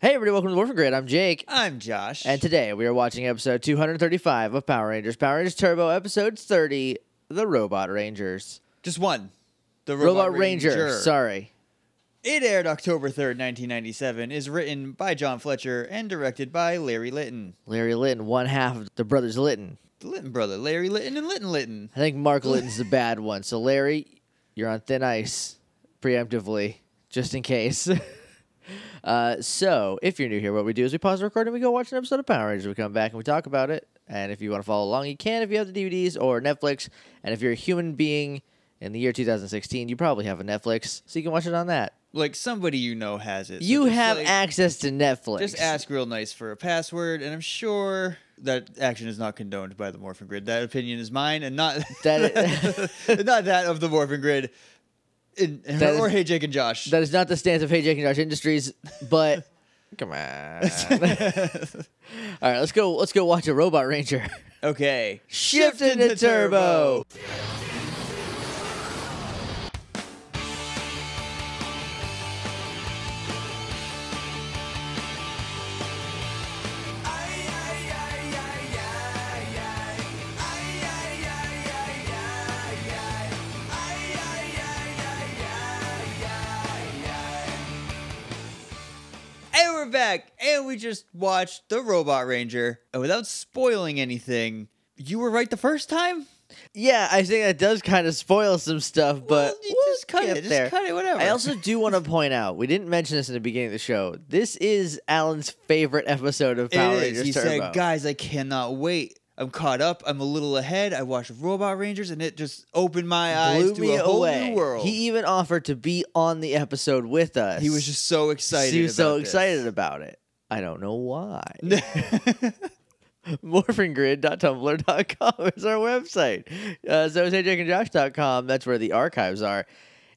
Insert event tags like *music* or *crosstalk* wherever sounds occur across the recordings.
Hey, everybody, welcome to Morphin Grid. I'm Jake. I'm Josh. And today we are watching episode 235 of Power Rangers Power Rangers Turbo, episode 30, The Robot Rangers. just one. The Robot, Ranger. Sorry. It aired October 3rd, 1997, is written by John Fletcher and directed by Larry Litton. Larry Litton, one half of the brothers Litton. The Litton brother, Larry Litton and Litton Litton. I think Mark Litton's the bad one. So, Larry, you're on thin ice preemptively, just in case. *laughs* uh, so, if you're new here, what we do is we pause the recording, we go watch an episode of Power Rangers, we come back and we talk about it. And if you want to follow along, you can if you have the DVDs or Netflix. And if you're a human being in the year 2016, you probably have a Netflix, so you can watch it on that. Like somebody you know has it. so you just, have like, access to Netflix. Just ask real nice for a password, and I'm sure that action is not condoned by the Morphin Grid. That opinion is mine, and not *laughs* That- *laughs* not that of the Morphin Grid, and, That or is- Hey Jake and Josh. That is not the stance of Hey Jake and Josh Industries, but *laughs* come on. All right, let's go. Let's go watch a Robot Ranger. okay, Shift into turbo. And we're back, and we just watched The Robot Ranger. And without spoiling anything, you were right the first time? Yeah, I think that does kind of spoil some stuff, but Well, you we'll just cut it, get just there. cut it, whatever. I also do want to point out we didn't mention this in the beginning of the show. This is Alan's favorite episode of Power it is. Rangers He Turbo. said, Guys, I cannot wait. I'm caught up. I'm a little ahead. I watched Robot Rangers, and it just opened my Blew eyes me to a whole away. new world. He even offered to be on the episode with us. He was just so excited. She was so about this. excited about it. I don't know why. *laughs* Morphingrid.tumblr.com is our website. Uh, so is heyjakeandjosh.com. That's where the archives are.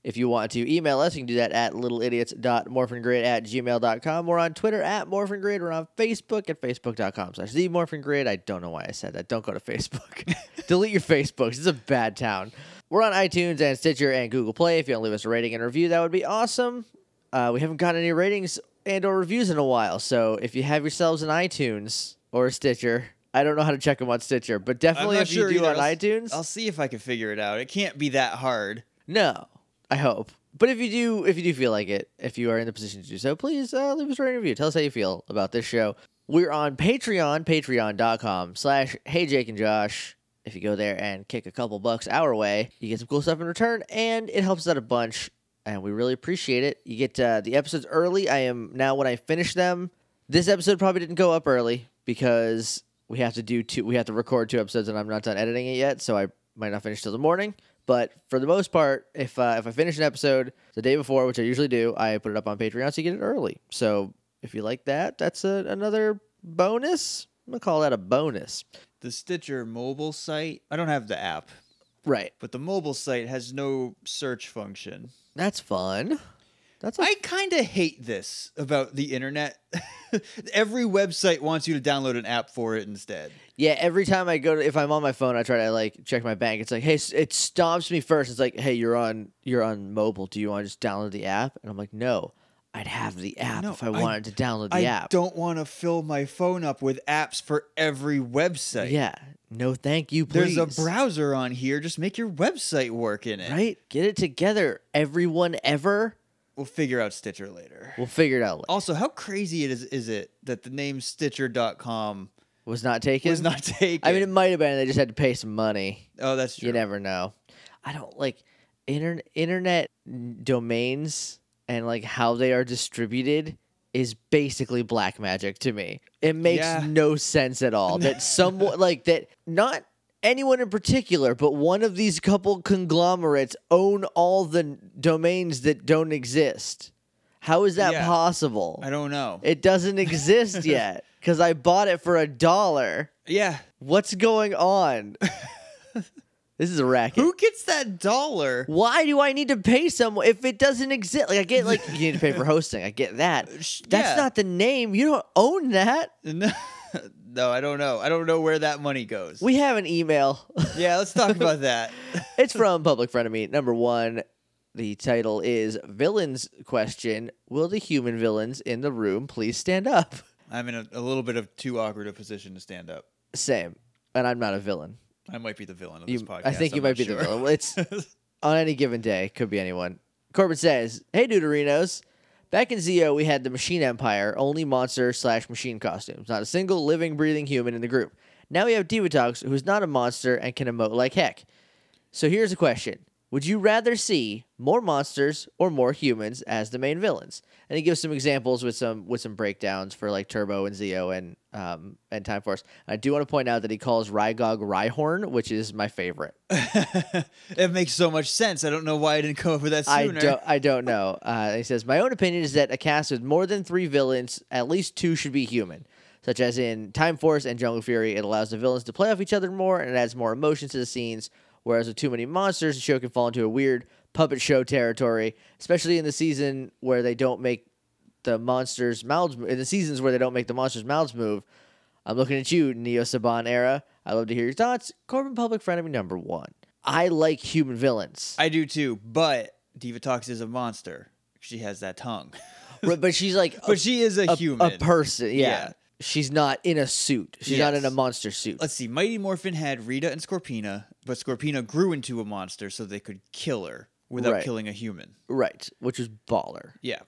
If you want to email us, you can do that at littleidiots.morphingrid at gmail.com. We're on Twitter at morphingrid. We're on Facebook at facebook.com slash the morphingrid. I don't know why I said that. Don't go to *laughs* Facebook. Delete your Facebooks. It's a bad town. We're on iTunes and Stitcher and Google Play. If you want to leave us a rating and review, that would be awesome. Uh, we haven't gotten any ratings and or reviews in a while, so if you have yourselves an iTunes or a Stitcher, I don't know how to check them on Stitcher, but I'm definitely not if sure you do either. on I'll- iTunes, I'll see if I can figure it out. It can't be that hard. no, I hope. But if you do, if you do feel like it, if you are in the position to do so, please uh, leave us a rating and review. Tell us how you feel about this show. We're on Patreon, patreon.com slash Hey Jake and Josh. If you go there and kick a couple bucks our way, you get some cool stuff in return, and it helps us out a bunch, and we really appreciate it. You get uh, the episodes early. I am now when I finish them. This episode probably didn't go up early because we have to do two. We have to record two episodes, and I'm not done editing it yet, so I might not finish till the morning. But for the most part, if uh, if I finish an episode the day before, which I usually do, I put it up on Patreon so you get it early. So if you like that, that's a, another bonus. I'm gonna call that a bonus. The Stitcher mobile site. I don't have the app, Right. but the mobile site has no search function. That's fun. That's a I kind of hate this about the internet. *laughs* Every website wants you to download an app for it instead. Yeah, every time I go to if I'm on my phone, I try to like check my bank. It's like, hey, s- it stops me first. It's like, hey, you're on you're on mobile. Do you want to just download the app? And I'm like, no, I'd have the app No, if I I- wanted to download the I app. don't want to fill my phone up with apps for every website. yeah, no, thank you, please. There's a browser on here. Just make your website work in it. right? Get it together, everyone. Ever, We'll figure out Stitcher later. we'll figure it out. Later. Also, how crazy it is is it that the name Stitcher.com Was not taken. is not *laughs* taken? I mean, it might have been. They just had to pay some money. oh, that's true. You never know. I don't like inter- internet n- domains and like how they are distributed is basically black magic to me. It makes Yeah. no sense at all *laughs* that someone like that not anyone in particular, but one of these couple conglomerates own all the n- domains that don't exist. How is that Yeah. possible? I don't know. It *laughs* doesn't exist yet cuz I bought it for a dollar. yeah. What's going on? *laughs* this is a racket. Who gets that dollar? Why do I need to pay someone if it doesn't exist? Like I get like you need to pay *laughs* for hosting. I get that. Uh, Sh- That's yeah. not the name. You don't own that. No, *laughs* no, I don't know. I don't know where that money goes. *laughs* We have an email. *laughs* yeah, let's talk about that. it's from public friend of me number one. The title is Villains Question Will the human villains in the room please stand up? I'm in a, a little bit of too awkward a position to stand up. Same. And I'm not a villain. I might be the villain of You- this podcast. I think you I'm might not be sure. the villain. Well, *laughs* It's on any given day, could be anyone. Corbin says, Hey, Deuterinos. Back in Zio, we had the Machine Empire, only monster slash machine costumes. Not a single living, breathing human in the group. Now we have Divatox, who's not a monster and can emote like heck. So here's a question Would you rather see more monsters or more humans as the main villains? And he gives some examples with some with some breakdowns for like Turbo and Zeo and um, and Time Force. And I do want to point out that he calls Rygog Rhyhorn, which is my favorite. *laughs* it makes so much sense. I don't know why I didn't come up with that I sooner. don't, I don't know. Uh, he says, My own opinion is that a cast with more than three villains, at least two should be human, such as in Time Force and Jungle Fury. It allows the villains to play off each other more and it adds more emotion to the scenes. Whereas with too many monsters, the show can fall into a weird puppet show territory, especially in the season where they don't make the monsters' mouths in the seasons where they don't make the monsters' mouths move. I'm looking at you, Neo Saban era. I love to hear your thoughts. Corbin, public frenemy number one. I like human villains. I do too, but Divatox is a monster. She has that tongue. But, but she's like *laughs* But she is a, a, human. a person. Yeah. Yeah. She's not in a suit. She's not in a Yes. monster suit. Let's see. Mighty Morphin had Rita and Scorpina, but Scorpina grew into a monster so they could kill her without Right. killing a human. right, which is baller. Yeah.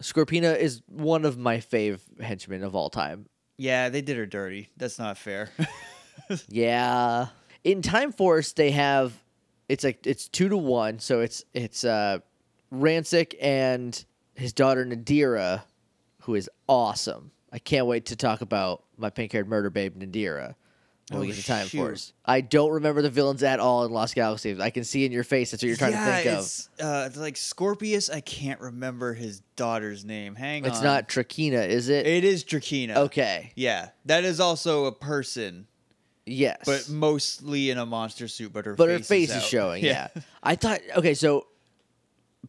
Scorpina is one of my fave henchmen of all time. Yeah, they did her dirty. That's not fair. *laughs* Yeah. In Time Force, they have it's like it's two to one, so it's it's uh Rancic and his daughter Nadira, who is awesome. I can't wait to talk about my pink haired murder babe Nadira when we Oh, get to Time shoot. Force. I don't remember the villains at all in Lost Galaxies. I can see in your face that's what you're trying yeah, to think of. it's, Uh, it's like Scorpius. I can't remember his daughter's name. Hang on. It's not Trakina, is it? Um, It is Drakina. okay. Yeah, that is also a person, Yes. but mostly in a monster suit. But her but face her face is, out. *laughs* showing. Yeah. I thought okay, so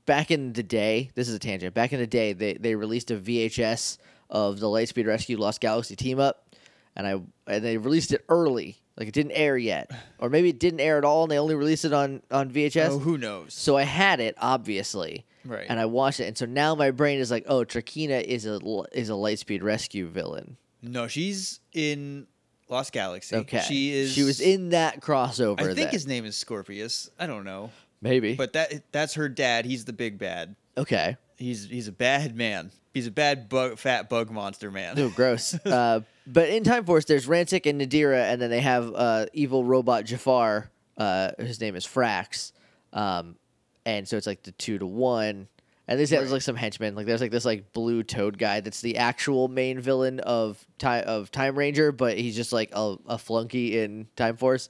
back in the day, this is a tangent. Back in the day, they they released a VHS of the Lightspeed Rescue Lost Galaxy team up, and I and they released it early, like it didn't air yet, or maybe it didn't air at all, and they only released it on on VHS. Oh, who knows? So I had it obviously, Right. And I watched it, and so now my brain is like, oh, Trakina is a l- is a Lightspeed Rescue villain. No, she's in Lost Galaxy. Okay, she is. She was in that crossover. I think then. his name is Scorpius. I don't know, maybe, but that that's her dad. He's the big bad. okay. He's he's a bad man. He's a bad bug, fat bug monster man. Ew, *laughs* gross. uh, but in Time Force, there's Rancic and Nadira, and then they have uh, evil robot Jafar. Uh, his name is Frax, um, and so it's like the two to one. And there's there's like some henchmen. Like there's like this like blue toad guy that's the actual main villain of time of Time Ranger, but he's just like a, a flunky in Time Force.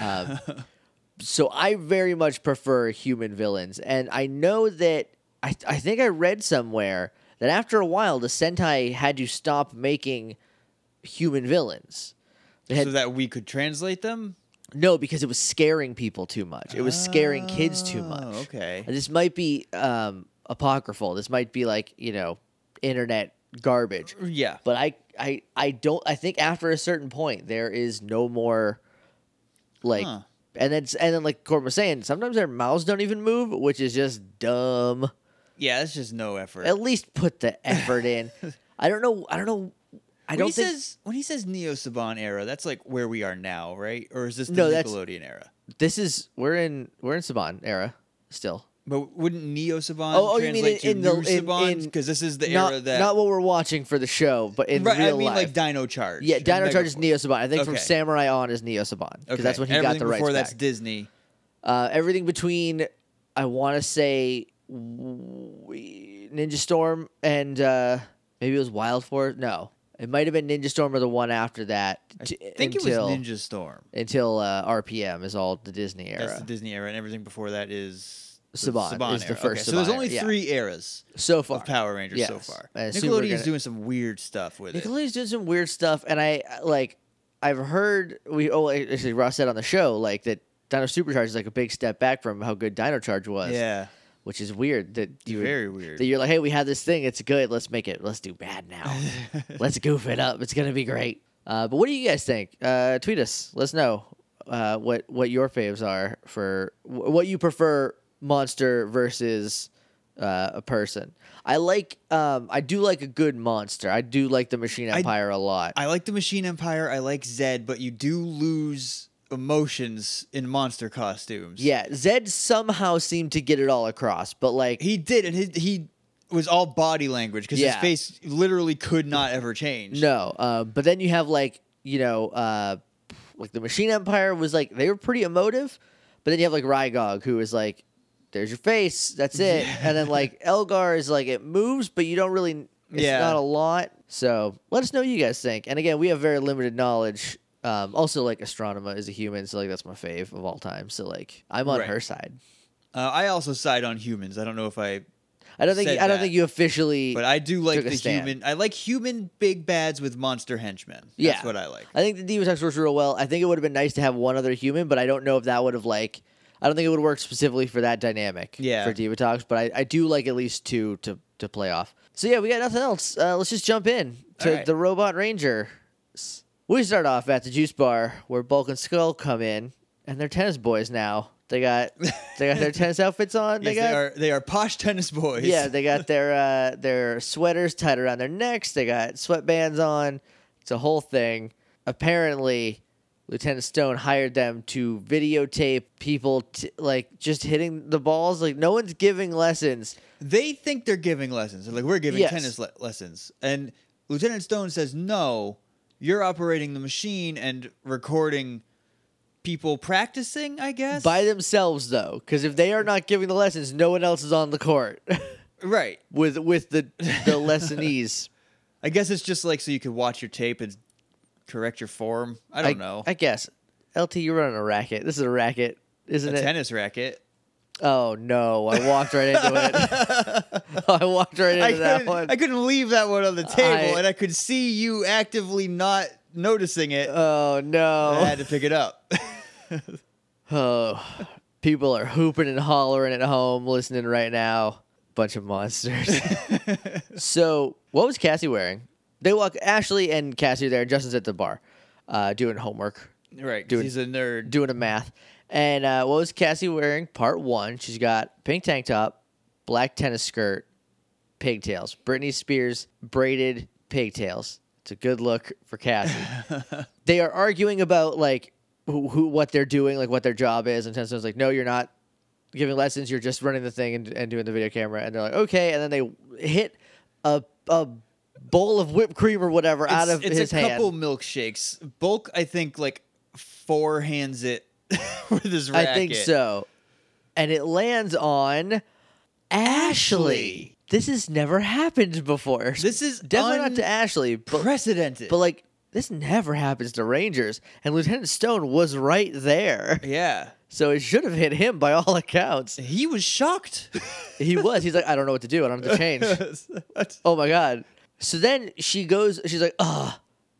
Um, so I very much prefer human villains, and I know that I, I think I read somewhere that after a while the Sentai had to stop making human villains. They had so that we could translate them. no because it was scaring people too much. It was scaring kids too Oh, much. okay. And this might be um, apocryphal. This might be like you know internet garbage. Yeah. But I I I don't I think after a certain point there is no more like Huh. and then and then like Corbin was saying, sometimes their mouths don't even move, which is just dumb. Yeah, that's just no effort. At least put the effort in. *laughs* I don't know I don't know I when don't he think says when he says Neo Saban era, that's like where we are now, right? Or is this the No, that's- Nickelodeon era? this is we're in we're in Saban era still. But wouldn't Neo Saban Oh, oh, you mean translate in- in to the- New in- Saban? in- Because this is the not, era that not what we're watching for the show, but in right, real I mean life. like Dino Charge. yeah, and Dino Charge is Megaforce. Neo Saban. I think from Okay. Samurai on is Neo Saban because Okay, that's when he everything got the rights before that's back. Disney. Uh, everything between, I want to say, w- Ninja Storm and uh, maybe it was Wild Force. No, it might have been Ninja Storm or the one after that. I t- think until, it was Ninja Storm. Until uh, RPM is all the Disney That's era. the Disney era, and everything before that is the Saban Saban is the era. first Okay, so there's Saban only era, yeah. three eras so far, of Power Rangers so Yes. far. I assume we're Nickelodeon's gonna- doing some weird stuff with it. Nickelodeon's doing some weird stuff, and I like I've heard we oh actually Ross said on the show like that Dino Supercharge is like a big step back from how good Dino Charge was. Yeah, which is weird that you would- very weird. that you're like, hey, we have this thing, it's good, let's make it, let's do bad *laughs* now, let's goof it up, it's gonna be great. Uh, but what do you guys think? Uh, tweet us, let us know uh, what what your faves are for wh- what you prefer monster versus uh, a person. I like um I do like a good monster. I do like the Machine I- Empire a lot. I like the Machine Empire. I like Zed, but you do lose emotions in monster costumes. yeah, Zed somehow seemed to get it all across, but like he did, and he, he was all body language because Yeah. his face literally could not ever change. No, uh, but then you have like you know, uh, like the Machine Empire was like they were pretty emotive, but then you have like Rygog who is like, "There's your face, that's it," Yeah. and then *laughs* like Elgar is like it moves, but you don't really. It's Yeah. not a lot. So let us know what you guys think. And again, we have very limited knowledge. Um, also, like Astronema is a human, so like that's my fave of all time. So like I'm on Right. her side. Uh, I also side on humans. I don't know if I, I don't think Said I don't that. think you officially. but I do like Took a the stand. human. I like human big bads with monster henchmen. That's Yeah. what I like. I think the Deus Ex works real well. I think it would have been nice to have one other human, but I don't know if that would have like. I don't think it would work specifically for that dynamic. Yeah. For Diva Talks, but I, I do like at least two to to play off. So yeah, we got nothing else. Uh, let's just jump in to All right. the Robot Ranger. S- We start off at the juice bar where Bulk and Skull come in, and they're tennis boys now. They got they got *laughs* their tennis outfits on. Yes, they got they are they are posh tennis boys. yeah, they got their uh, their sweaters tied around their necks. They got sweatbands on. It's a whole thing. Apparently, Lieutenant Stone hired them to videotape people t- like just hitting the balls. Like no one's giving lessons. they think they're giving lessons. They're like, we're giving Yes. tennis le- lessons. And Lieutenant Stone says, no, you're operating the machine and recording people practicing, I guess. By themselves though, because if they are not giving the lessons, no one else is on the court *laughs* right. with with the *laughs* the lessonees. I guess it's just like so you could watch your tape and correct your form. I don't know. I guess LT, you're running a racket. This is a racket, isn't a it? tennis racket. Oh no! I walked right into *laughs* it. I walked right into I that couldn't, one. I couldn't leave that one on the table, I- and I could see you actively not noticing it. Oh I no! had to pick it up. *laughs* Oh, people are hooping and hollering at home, listening right now. Bunch of *laughs* monsters. so, what was Cassie wearing? They walk. Ashley and Cassie are there. Justin's at the bar, uh, doing homework, right, Dude. because he's a nerd. doing a math. And uh, what was Cassie wearing? Part one. She's got pink tank top, black tennis skirt, pigtails. Britney Spears braided pigtails. It's a good look for *laughs* Cassie. they are arguing about like who, who what they're doing, like what their job is, and Tenso's like, no, you're not giving lessons. You're just running the thing and, and doing the video camera. And they're like, okay. And then they hit a a bowl of whipped cream or whatever out It's- of it's his a hand. couple milkshakes. Bulk, I think, like four hands it *laughs* with his racket. I think so. And it lands on Ashley. Ashley. This has never happened before. This is Definitely not to Ashley, but, unprecedented. but like this never happens to Rangers. And Lieutenant Stone was right there. yeah, So it should have hit him by all accounts. he was shocked. *laughs* He was. He's like, I don't know what to do. I don't have to change. What? Oh my god. So then she goes she's like, "Uh,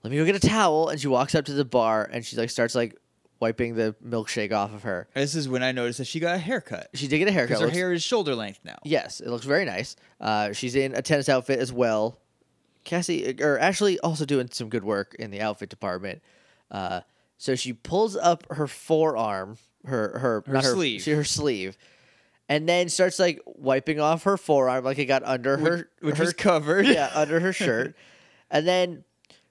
let me go get a towel." And she walks up to the bar and she like starts like wiping the milkshake off of her. this is when I noticed that she got a haircut She did get a haircut. because her Looks- hair is shoulder length now. Yes, it looks very nice. Uh, she's in a tennis outfit as well. Cassie or Ashley also doing some good work in the outfit department. Uh, so she pulls up her forearm, her her, not sleeve. she, her sleeve, and then starts like wiping off her forearm like it got under her which her was covered. *laughs* yeah under her shirt, and then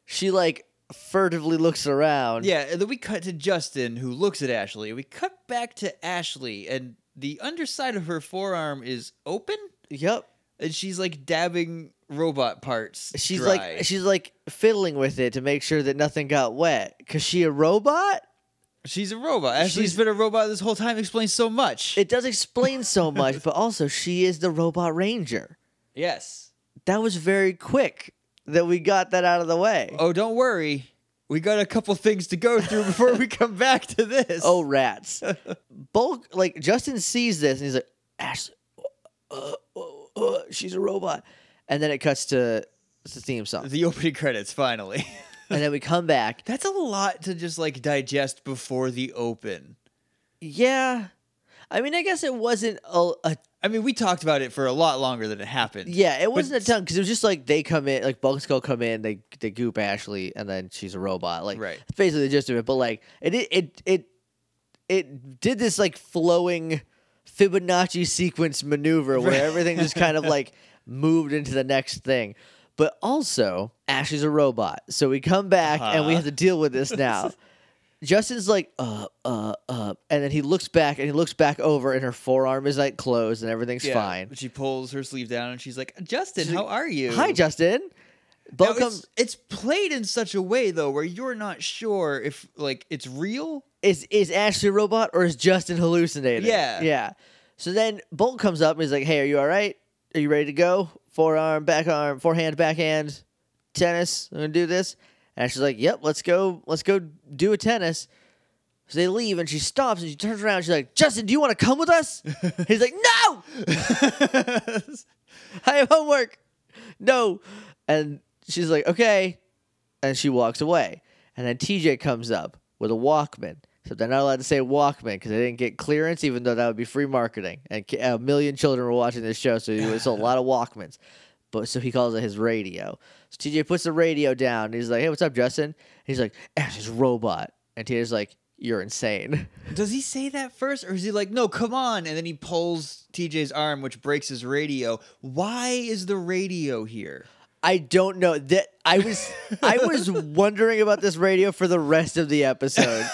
she like furtively looks around. Yeah, and then we cut to Justin, who looks at Ashley. We cut back to Ashley, and the underside of her forearm is open, Yep. and she's like dabbing robot parts. She's dry. like she's like fiddling with it to make sure that nothing got wet. Cause she a robot. She's a robot. Ashley's She's- been a robot this whole time. Explains so much. It does explain so much, but also she is the robot ranger. yes. That was very quick that we got that out of the way. Oh, don't worry. We got a couple things to go through *laughs* before we come back to this. Oh rats. Bulk like Justin sees this and he's like, Ash uh, uh, uh, she's a robot. And then it cuts to the theme *laughs* song. the opening credits finally. *laughs* And then we come back. That's a lot to just like digest before the open. Yeah. I mean, I guess it wasn't a, a I mean, we talked about it for a lot longer than it happened. yeah, it wasn't a ton because it was just like they come in, like Bulk and Skull come in, they they goop Ashley, and then she's a robot. Like Right. that's basically the gist of it. But like it it it it, it did this like flowing Fibonacci sequence maneuver where everything just kind of *laughs* like moved into the next thing. But also, Ashley's a robot. So we come back and Uh-huh. we have to deal with this *laughs* now. Justin's like, uh, uh, uh. And then he looks back and he looks back over and her forearm is like closed and everything's Yeah. fine. She pulls her sleeve down and she's like, Justin, how are you? Hi, Justin. Now, Bo comes. it's, it's played in such a way though where you're not sure if like it's real. is is Ashley a robot or is Justin hallucinating? Yeah. yeah. So then Bolt comes up and he's like, "Hey, are you all right? Are you ready to go? Forearm, back arm, forehand, backhand, tennis. I'm gonna do this." And Ashley's like, "Yep, let's go. Let's go do a tennis." So they leave and she stops and she turns around. And she's like, "Justin, do you want to come with *laughs* us?" he's like, "No, *laughs* I have homework. No." And she's like, "Okay." And she walks away. And then TJ comes up with a Walkman. So they're not allowed to say Walkman because they didn't get clearance, even though that would be free marketing. And ki- uh, a million children were watching this show, so it was a lot of Walkmans. But so he calls it his radio. So TJ puts the radio down. And he's like, "Hey, what's up, Justin?" And he's like, "Ash's robot." And TJ's like, "You're insane." *laughs* Does he say that first or is he like, no, come on? And then he pulls TJ's arm, which breaks his radio. Why is the radio *laughs* here? I don't know that I was I was wondering about this radio for the rest of the episode.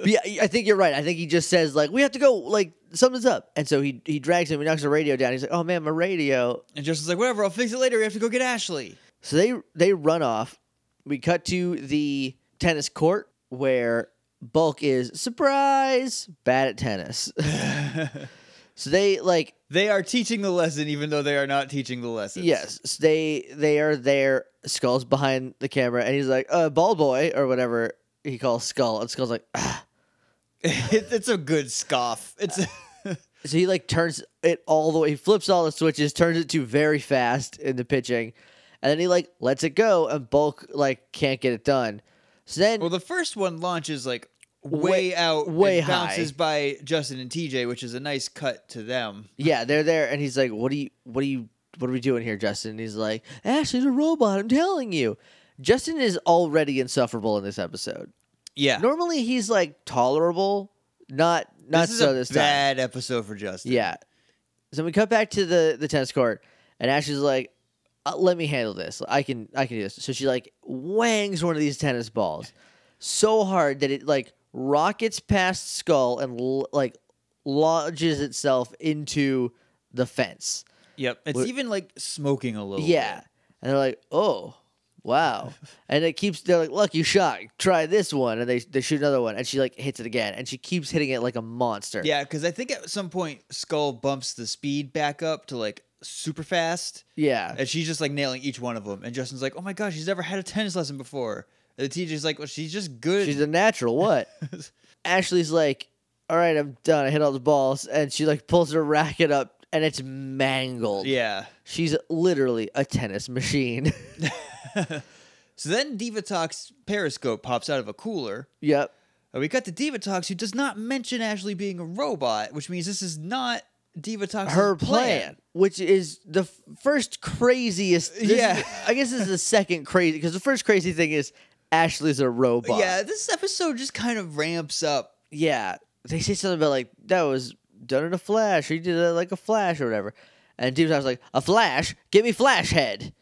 *laughs* yeah, I think you're right. I think he just says like we have to go like something's up, and so he he drags him, he knocks the radio down. He's like, oh man, my radio. And Justin's like, whatever, I'll fix it later. We have to go get Ashley. So they they run off. We cut to the tennis court where Bulk is surprise bad at tennis. *laughs* so they like They are teaching the lesson, even though they are not teaching the lesson. Yes, s- they they are there. Skull's behind the camera, and he's like, "Uh, ball boy" or whatever he calls Skull, and Skull's like, "Ah." *laughs* It- it's a good scoff. It's *laughs* so he like turns it all the way. He flips all the switches, turns it to very fast in the pitching, and then he like lets it go, and Bulk like can't get it done. So then well, the first one launches like way, Way- out, way and bounces high. by Justin and TJ, which is a nice cut to them. Yeah, they're there, and he's like, "What do you? What do you? What are we doing here, Justin?" And he's like, "Ashley's a robot. I'm telling you." Justin is already insufferable in this episode. Yeah, Normally, he's like tolerable, not not this is so a this time. bad episode for Justin. Yeah. So we cut back to the the tennis court, and Ashley's like, uh, "Let me handle this. I can I can do this." So she like wangs one of these tennis balls so hard that it like rockets past skull and l- like lodges itself into the fence. Yep. It's Wh- even like smoking a little. Yeah. And they're like, oh, wow. and it keeps, they're like, lucky shot, try this one. And they, they shoot another one. And she like hits it again. And she keeps hitting it like a monster. bit. Yeah, because I think at some point Skull bumps the speed back up to like super fast, Yeah. and she's just like nailing each one of them. And Justin's like, "Oh my gosh, she's never had a tennis lesson before." And the teacher's like, "Well, she's just good." She's a natural. What? Ashley's like, all right, I'm done. I hit all the balls. And she like pulls her racket up and it's mangled. *laughs* yeah. She's literally a tennis machine. *laughs* So then Diva Talks Periscope pops out of a cooler. yep. And we cut to Diva Talks, who does not mention Ashley being a robot, which means this is not Diva Talks' her plan, which is the f- first craziest. this is- Yeah. I guess this is the second crazy because the first crazy thing is Ashley's a robot. Yeah, this episode just kind of ramps up. yeah. They say something about like that was done in a flash. Or you did it like a flash or whatever. And Deep was like, "A flash? Give me flash head."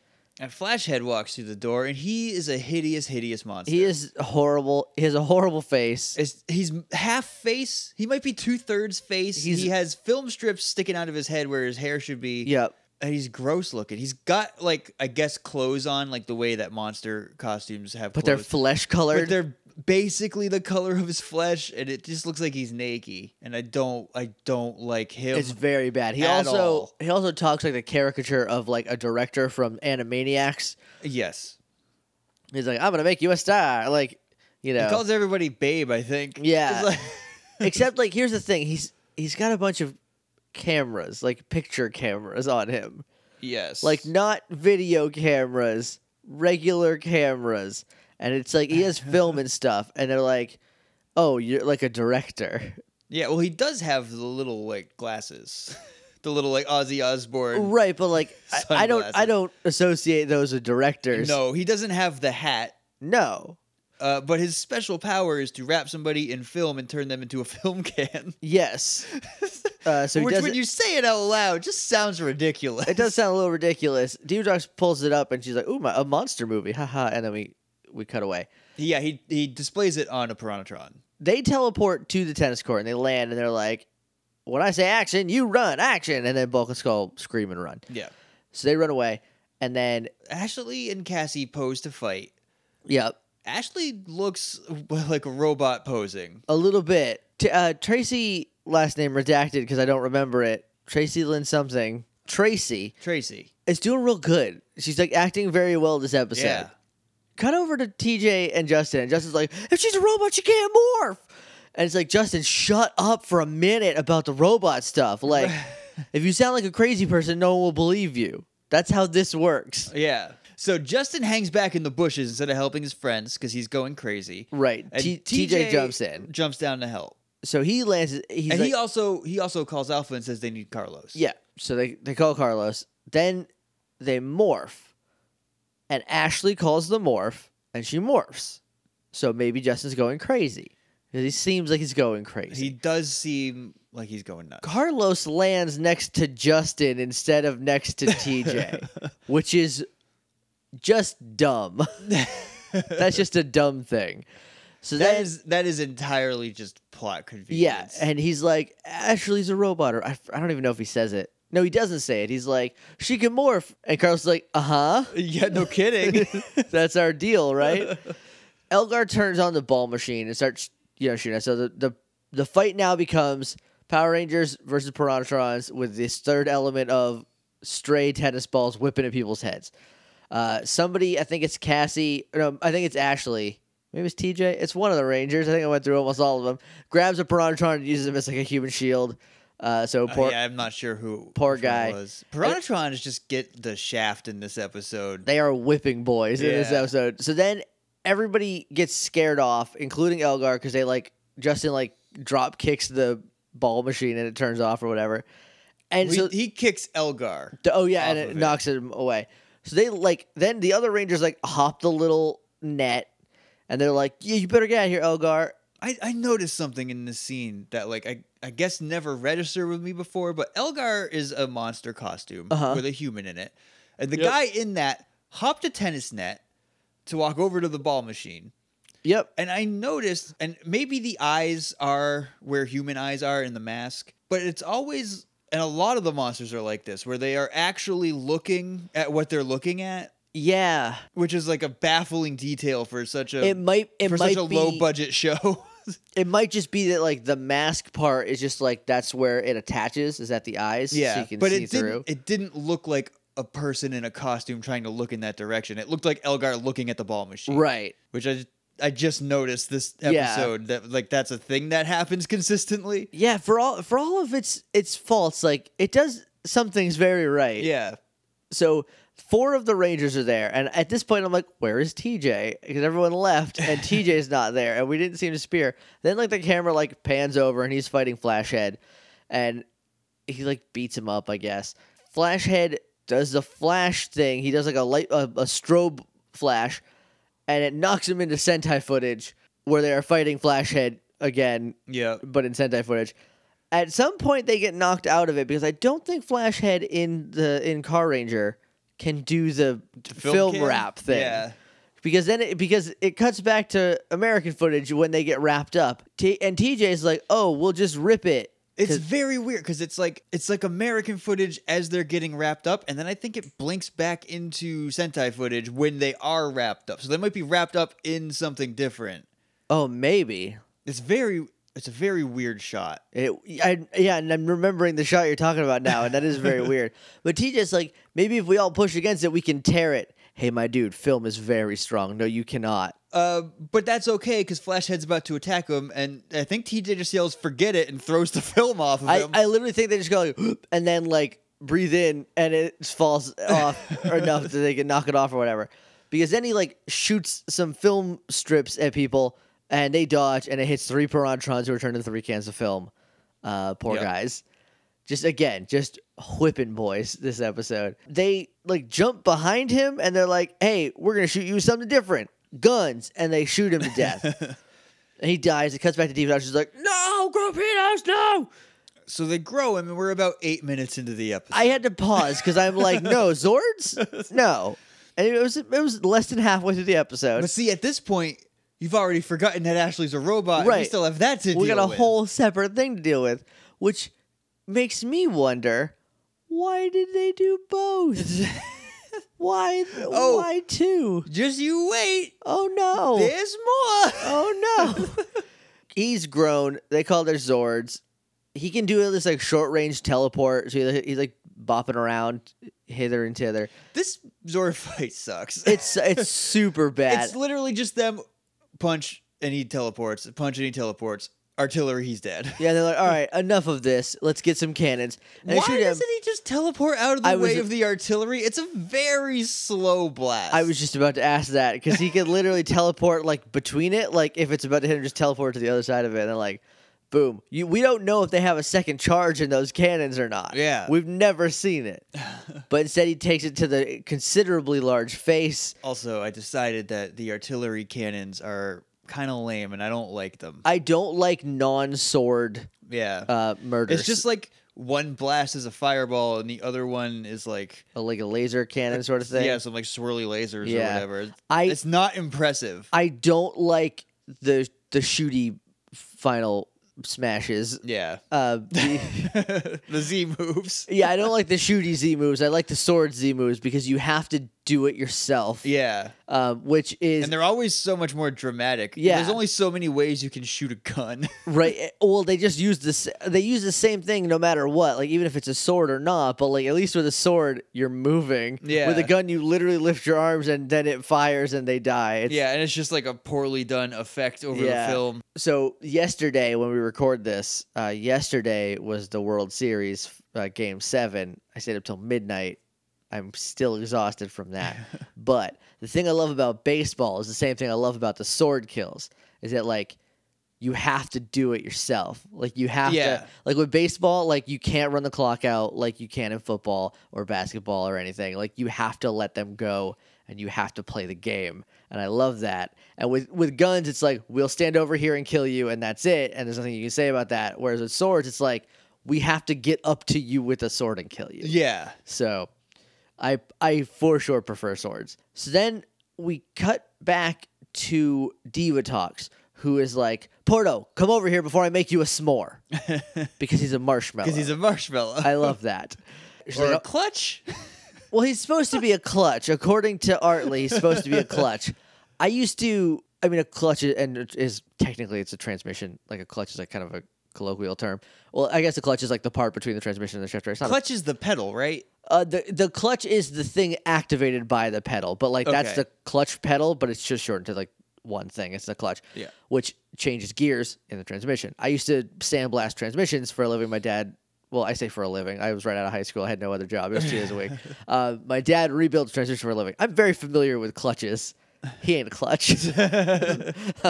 And Flashhead walks through the door, and he is a hideous, hideous monster. He is horrible. He has a horrible face. It's, he's half face. He might be two thirds face. He's- he has film strips sticking out of his head where his hair should be. Yep. And he's gross looking. He's got like I guess clothes on, like the way that monster costumes have. But they're clothes. flesh but colored. they're basically the color of his flesh, and it just looks like he's naked. And I don't, I don't like him. It's very bad. He at also all. he also talks like the caricature of like a director from Animaniacs. yes, He's like, "I'm gonna make you a star." Like, you know, he calls everybody babe. I think. Yeah. *laughs* *laughs* It's like- Except like here's the thing, he's he's got a bunch of cameras, like picture cameras on him. yes. Like not video cameras, regular cameras. And it's like he has film and stuff and they're like, "Oh, you're like a director." yeah. Well, he does have the little like glasses, *laughs* the little like Ozzy Osbourne. Right, but like I, I don't I Sunglasses. don't associate those with directors. No, he doesn't have the hat. No. Uh, but his special power is to wrap somebody in film and turn them into a *laughs* film can. *laughs* Yes. Uh, so he Which, does when it- you say it out loud, just sounds ridiculous. It does sound a little ridiculous. Dewdrops pulls it up and she's like, "Ooh, my, a monster movie, haha!" And then we we cut away. *laughs* Yeah, he he displays it on a Piranatron. They teleport to the tennis court and they land and they're like, "When I say action, you run, action!" And then Bulk and Skull scream and run. Yeah. So they run away and then Ashley and Cassie pose to fight. yeah, Ashley looks *laughs* well, like a robot posing. a little bit. T- uh, Tracy last name redacted because I don't remember it. Tracy Lynn something. Tracy Tracy. is doing real good. She's like acting very well this episode. Yeah. cut over to TJ and Justin. And Justin's like, if she's a robot, she can't morph. And it's like, Justin, shut up for a minute about the robot stuff. *laughs* Like, if you sound like a crazy person, no one will believe you. That's how this works. Yeah. So Justin hangs back in the bushes instead of helping his friends because he's going crazy. Right. And T- TJ jumps in. Jumps down to help. So he lands. He's and like, he also he also calls Alpha and says they need Carlos. yeah. So they, they call Carlos. Then they morph. And Ashley calls the morph and she morphs. So maybe Justin's going crazy. 'Cause He seems like he's going crazy. He does seem like he's going nuts. Carlos lands next to Justin instead of next to *laughs* TJ, which is just dumb. *laughs* That's just a dumb thing. So That then- is that is entirely just plot yeah, convenience. and he's like, Ashley's a robot, or I, I don't even know if he says it. No, he doesn't say it. He's like, she can morph, and Carlos is like, uh huh. yeah, no *laughs* kidding. That's our deal, right? Elgar turns on the ball machine and starts, you know, shooting. us. So the the, the fight now becomes Power Rangers versus Piranatrons with this third element of stray tennis balls whipping at people's heads. Uh, somebody, I think it's Cassie. No, I think it's Ashley. Maybe it's TJ. It's one of the Rangers. I think I went through almost all of them. Grabs a Piranatron and uses him as like a human shield. Uh, so *laughs* Uh, poor, yeah, I'm not sure who poor which one guy. it was. Piranatrons just get the shaft in this episode. they are whipping boys in this Yeah. episode. So then everybody gets scared off, including Elgar, because they like Justin like drop kicks the ball machine and it turns off or whatever. And We- so he kicks Elgar. the- oh yeah, and it, off of it. knocks him away. So they like then the other Rangers like hop the little net, and they're like, "Yeah, you better get out of here, Elgar." I, I noticed something in this scene that like I, I guess never registered with me before, but Elgar is a monster costume Uh-huh. with a human in it. And the Yep. guy in that hopped a tennis net to walk over to the ball machine. Yep. And I noticed and maybe the eyes are where human eyes are in the mask, but it's always and a lot of the monsters are like this where they are actually looking at what they're looking at, Yeah. which is like a baffling detail for such a It might. It for might such a be. low budget show. *laughs* It might just be that like the mask part is just like that's where it attaches is at the eyes. So you can but see it through. Didn't, it didn't look like a person in a costume trying to look in that direction. It looked like Elgar looking at the ball machine, Right. which I I just noticed this Yeah. episode that like that's a thing that happens consistently. Yeah, for all for all of its its faults, like it does some things very right. Yeah, So four of the Rangers are there, and at this point, I'm like, "Where is TJ?" Because everyone left, and TJ's not there, and we didn't see him disappear. Then like the camera like pans over, and he's fighting Flashhead, and he like beats him up, I guess. Flashhead does the flash thing. He does like a light a, a strobe flash, and it knocks him into Sentai footage where they are fighting Flashhead again yeah. but in Sentai footage. At some point, they get knocked out of it because I don't think Flashhead in the in Car Ranger can do the film, kid? wrap thing. Yeah, Because then it because it cuts back to American footage when they get wrapped up. T- and TJ's like, "Oh, we'll just rip it." it's 'Cause- very weird because it's like it's like American footage as they're getting wrapped up, and then I think it blinks back into Sentai footage when they are wrapped up. So they might be wrapped up in something different. oh, maybe. It's very it's a very weird shot. It, I, yeah, and I'm remembering the shot you're talking about now, and that is very weird. But TJ's like, maybe if we all push against it, we can tear it. Hey, my dude, film is very strong. No, you cannot. Uh, but that's okay because Flashhead's about to attack him, and I think TJ just yells "forget it" and throws the *laughs* film off of I, him. I literally think they just go *gasps* like, and then like breathe in and it just falls off *laughs* or enough that they can knock it off or whatever. Because then he like shoots some film strips at people and they dodge and it hits three Pirantrons who are turned into three cans of film. Uh, poor Yep. guys. Just again, just whipping boys this episode. They like jump behind him and they're like, hey, we're going to shoot you with something different. guns, and they shoot him to *laughs* death. and he dies. It cuts back to Deep Dodge. He's like, no, Gropinos, no. So they grow him, and we're about eight minutes into the episode. I had to pause because I'm like, no, *laughs* Zords? No. And it was it was less than halfway through the episode. but see, at this point, you've already forgotten that Ashley's a robot. And we Right. still have that to we deal got a with. whole separate thing to deal with, which makes me wonder why did they do both? *laughs* why? Oh. Why two? Just you wait. Oh no! There's more. Oh no! *laughs* He's grown. They call their Zords. He can do this like short range teleport. So he- he's like bopping around hither and thither. This Zora *laughs* fight sucks. It's *laughs* it's super bad. It's literally just them punch and he teleports, punch and he teleports. Artillery, he's *laughs* dead. yeah, they're like, all right, enough of this. Let's get some cannons. And they Why shoot him. doesn't he just teleport out of the I was- way of the artillery? It's a very slow blast. I was just about to ask that because he could literally teleport like between it. Like if it's about to hit him, just teleport to the other side of it. And then like, boom. You, we don't know if they have a second charge in those cannons or not. Yeah. we've never seen *laughs* it. but instead, he takes it to the considerably large face. also I decided that the artillery cannons are kind of lame and I don't like them. I don't like non-sword yeah, uh, murders. it's just like one blast is a fireball and the other one is like a, like a laser cannon sort of thing. yeah, some like swirly lasers Yeah. or whatever. I- it's not impressive. I don't like the the shooty final smashes. yeah, *laughs* Uh, the- the Z moves. Yeah, I don't like the shooty Z moves. I like the sword Z moves because you have to do it yourself. Yeah. Um, which is And they're always so much more dramatic. Yeah. There's only so many ways you can shoot a gun. right. eh, Well, they just use this. They use the same thing no matter what. Like even if it's a sword or not. But like at least with a sword, you're moving. Yeah. With a gun, you literally lift your arms and then it fires and they die. It's- *laughs* yeah, and it's just like a poorly done effect over Yeah. the film. So yesterday, when we record this, uh, yesterday was the World Series uh, Game Seven. I stayed up till midnight. I'm still exhausted from that. but the thing I love about baseball is the same thing I love about the sword kills. Is that like you have to do it yourself. Like you have Yeah. to like with baseball, like you can't run the clock out like you can in football or basketball or anything. Like you have to let them go and you have to play the game. And I love that. And with with guns, it's like we'll stand over here and kill you and that's it. And there's nothing you can say about that. Whereas with swords, it's like we have to get up to you with a sword and kill you. Yeah. So I I for sure prefer swords. So then we cut back to Diva Talks, who is like, Porto, come over here before I make you a *laughs* s'more. because he's a marshmallow. Because he's a marshmallow. *laughs* I love that. She's or a like, clutch. well, he's supposed to be a clutch. According to Artley, he's supposed to be a clutch. I used to I mean a clutch is, and it is technically it's a transmission. Like a clutch is like kind of a colloquial term. Well, I guess a clutch is like the part between the transmission and the shifter. It's not a *laughs* clutch is the pedal, right? uh, the the clutch is the thing activated by the pedal, but like that's Okay. the clutch pedal, but it's just shortened to like one thing. It's the clutch, Yeah. which changes gears in the transmission. I used to sandblast transmissions for a living. My dad, well, I say for a living. I was right out of high school. I had no other job. It was two days a *laughs* week. Uh, my dad rebuilt transmission for a living. I'm very familiar with clutches. He ain't a *laughs* clutch. *laughs*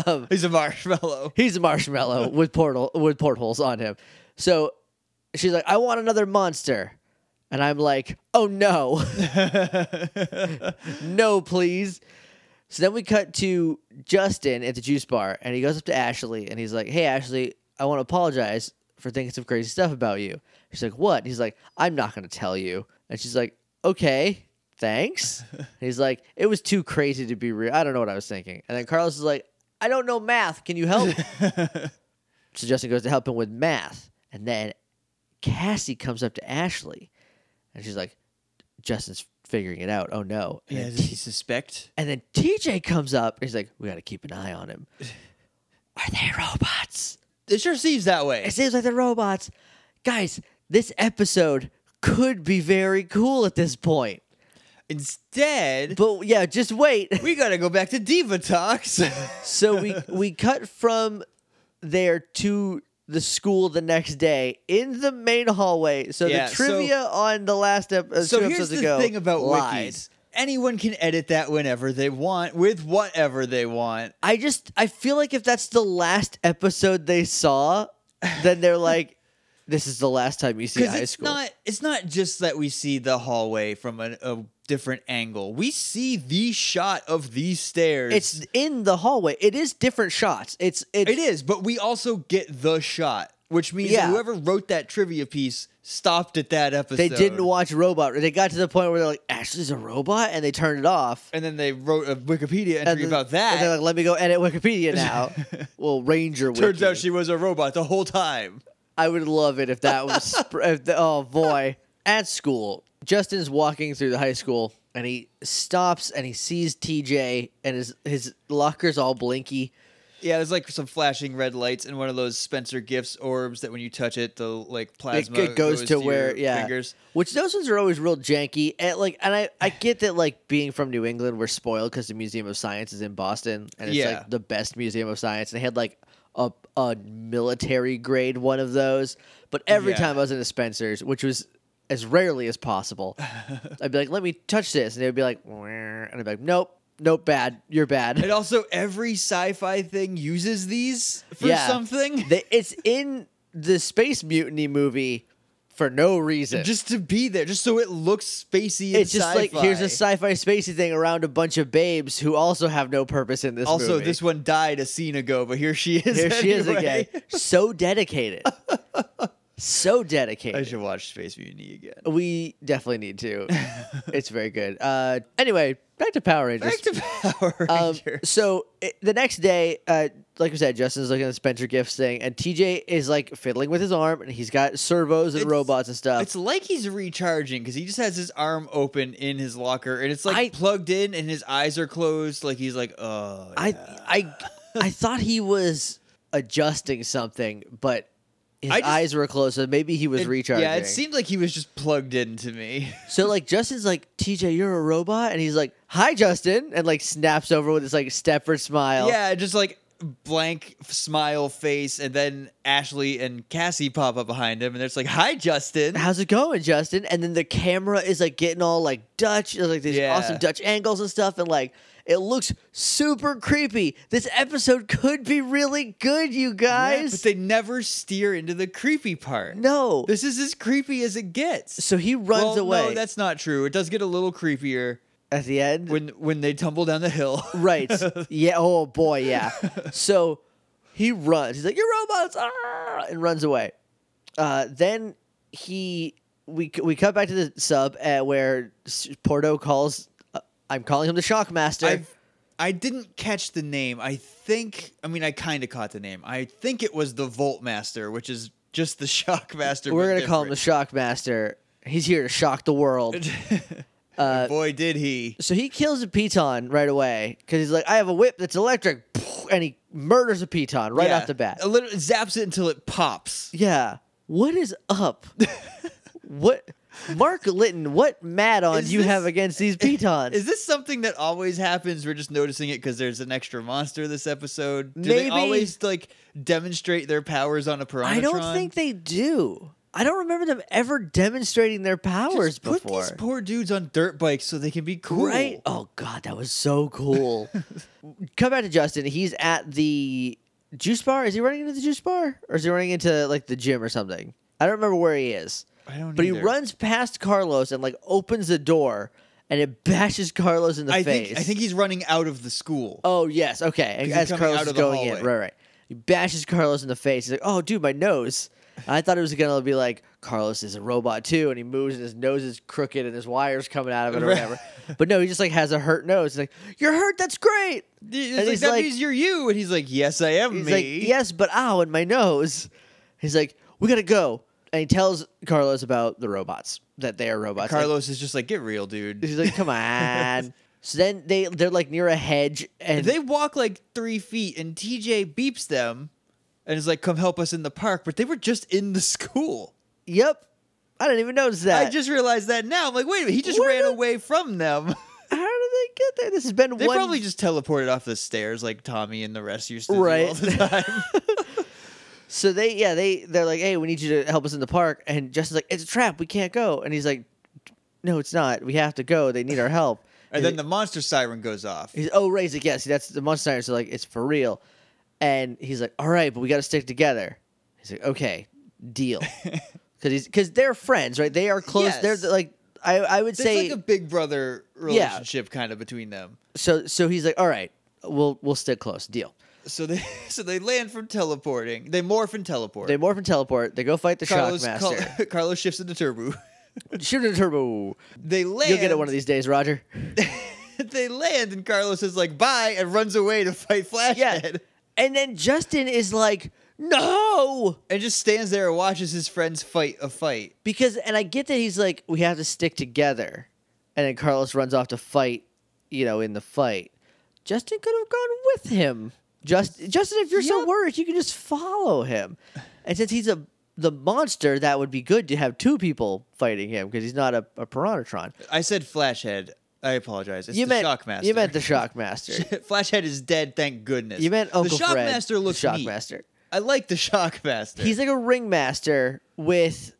um, He's a marshmallow. *laughs* He's a marshmallow with portal with portholes on him. So she's like, I want another monster. And I'm like, oh no. *laughs* no, please. So then we cut to Justin at the juice bar and he goes up to Ashley and he's like, Hey Ashley, I want to apologize for thinking some crazy stuff about you. She's like, What? And he's like, I'm not gonna tell you. And she's like, Okay, thanks. And he's like, It was too crazy to be real. I don't know what I was thinking. And then Carlos is like, I don't know math. Can you help? me?" so Justin goes to help him with math. And then Cassie comes up to Ashley and she's like, Justin's figuring it out. Oh no. And, Yeah, then, does he suspect? and then TJ comes up. He's like, We got to keep an eye on *sighs* him. Are they robots? It sure seems that way. It seems like they're robots. Guys, this episode could be very cool at this point. Instead, But yeah, just wait. *laughs* we gotta go back to *laughs* Diva Talks. so we we cut from there to the school the next day in the main hallway. So Yeah, the so- trivia on the last ep- uh, *laughs* so two here's episodes the ago thing about lied. wikis. Anyone can edit that whenever they want, with whatever they want. I just I feel like if that's the last episode they saw, then they're like, This is the last time you see because high it's school. not it's not just that we see the hallway from a, a different angle. We see the shot of these stairs. it's in the hallway. It is different shots. It's it's it is, but we also get the shot, which means Yeah. whoever wrote that trivia piece stopped at that episode. they didn't watch Robot. They got to the point where they're like, Ashley's a robot, and they turned it off. and then they wrote a Wikipedia entry And then- about that. And they're like, let me go edit *laughs* Wikipedia now. well, Ranger. Turns Wiki. out she was a robot the whole time. I would love it if that was. Sp- if the- oh boy! At school, Justin's walking through the high school, and he stops and he sees TJ, and his his locker's all blinky. Yeah, there's like some flashing red lights and one of those Spencer Gifts orbs that when you touch it, the like It, plasma it goes to your where, yeah. fingers. Which those ones are always real janky, and like, and I I get that like being from New England, we're spoiled because the Museum of Science is in Boston, and it's Yeah. like the best Museum of Science. And they had like a a military grade one of those, but every Yeah. time I was in a Spencer's, which was as rarely as *laughs* possible, I'd be like, "Let me touch this," and they'd be like, "Wah," "And I'd be like, nope, nope, bad, you're bad." And also, every sci-fi thing uses these for Yeah. something, The- it's in the Space Mutiny movie for no reason. *laughs* just to be there, just so it looks spacey. it's and just like here's a sci-fi. sci-fi spacey thing around a bunch of babes who also have no purpose in this. Also, movie. this one died a scene ago, but here she is. here she is anyway. again, *laughs* so *laughs* dedicated, so I dedicated. should watch Space Mutiny Oh, again. We definitely need to. it's very good. Uh, anyway, back to Power Rangers. Back to Power *laughs* Um, Rangers. so it, the next day, uh, like I said, Justin's looking at the Spencer Gifts thing, and TJ is like fiddling with his arm, and he's got servos and It's- robots and stuff. It's like he's recharging because he just has his arm open in his locker, and it's like I- plugged in, and his eyes are closed. Like he's like, oh, I yeah." I I thought he was adjusting something, but his I just- eyes were closed, so maybe he was It- recharging. Yeah, it seemed like he was just plugged into me. *laughs* so like Justin's like, TJ, you're a robot, and he's like, Hi Justin, and like snaps over with this like Stepford smile. yeah, just like blank f- smile face, and then Ashley and Cassie pop up behind him, and they're just like, "Hi, Justin." How's it going, Justin? And then the camera is like getting all like Dutch, like these Yeah. awesome Dutch angles and stuff, and like it looks super creepy. This episode could be really good, you Yeah, guys. but they never steer into the creepy part. no. This is as creepy as it gets. so he runs well, away No, that's not true. It does get a little creepier at the end. when when they tumble down the hill. *laughs* Right. yeah. Oh boy. Yeah. So he runs. He's like, "Your robots!" Ah! and runs away. Uh, then he we we cut back to the sub uh, where S- Porto calls. Uh, I'm calling him the Shockmaster. *laughs* I've, I didn't catch the name. I think, I mean, I kind of caught the name. I think it was the Voltmaster, which is just the *laughs* Shockmaster. We're but gonna call him *laughs* the Shockmaster. He's here to shock the world. different. Uh, And Boy, did he. so he kills a piton right away because he's like, "I have a whip that's electric," and he murders a piton right Yeah. off the bat. A little, zaps it until it pops. Yeah. What is *laughs* up? what Mark Litton, what mad on *laughs* Is you have this- against these pitons? Is this something that always happens? We're just noticing it because there's an extra monster this episode. Do Maybe. they always like demonstrate their powers on a piranha? I don't think they do. I don't remember them ever demonstrating their powers Just put before. these poor dudes on dirt bikes so they can be cool. Right? Oh god, that was so *laughs* cool. Come back to Justin. He's at the juice bar. Is he running into the juice bar? Or is he running into like the gym or something? I don't remember where he is. I don't. But he either. runs past Carlos and like opens the door and it bashes Carlos in the I face. think I think he's running out of the school. Oh yes, okay. he's As coming Carlos out is of the going in, hallway. right, right. He bashes Carlos in the face. He's like, "Oh, dude, my nose." I thought it was gonna be like Carlos is a robot too, and he moves, and his nose is crooked, and his wires coming out of it or Right. whatever. But no, he just like has a hurt nose. He's like, "You're hurt. That's great." It's And like, he's that like- means you're you. And he's like, yes, I am He's me. like, "Yes, but ow, and my nose." He's like, "We gotta go," and he tells Carlos about the robots that they are robots. And Carlos is just like, get real, dude. he's like, "Come *laughs* on." so then they they're like near a hedge, and They walk like three feet, and TJ beeps them and is like, come help us in the park. But they were just in the school. yep, I didn't even notice that. I just realized that now. I'm like, wait a minute. He just What ran the- away from them. *laughs* How did they get there? This has been They one. probably just teleported off the stairs like Tommy and the rest used to do all Right. the *laughs* time. so they, yeah, they they're like, "Hey, we need you to help us in the park." And Justin's like, "It's a trap. We can't go." And he's like, "No, it's not. We have to go. They need our help." *laughs* and then the monster siren goes off. he's, "Oh, raise it. Yes, that's the monster." Sirens." So like, it's for real. And he's like, "All right, but we got to stick together." He's like, "Okay." *laughs* deal because he's because they're friends, right? They are close. They're Yes. like I I would There's say like a big brother relationship kind of between them. so. So he's like, all right, we'll we'll stick close. Deal. So they *laughs* so they land from teleporting. They morph and teleport. They morph and teleport. They go fight the Carlos Col- Shockmaster. *laughs* Carlos shifts into turbo. *laughs* *laughs* Shoot a turbo. They land. You'll get it one of these days, Roger. *laughs* they land and Carlos is like bye and runs away to fight Flashhead. Yeah. *laughs* And then Justin is like, no, And just stands there and watches his friends fight a fight. because and I get that he's like, we have to stick together. And then Carlos runs off to fight, you know, in the fight. Justin could have gone with him. Just Justin, if you're so Yep. worried, you can just follow him. And since he's a the monster, that would be good to have two people fighting him because he's not a, a Piranatron. I said Flashhead. I apologize. It's you the meant Shockmaster. you *laughs* meant the Shockmaster. Flashhead is dead, thank goodness. you meant Uncle The Fred. Shockmaster looks the neat. Shockmaster. I like the Shockmaster. He's like a ringmaster with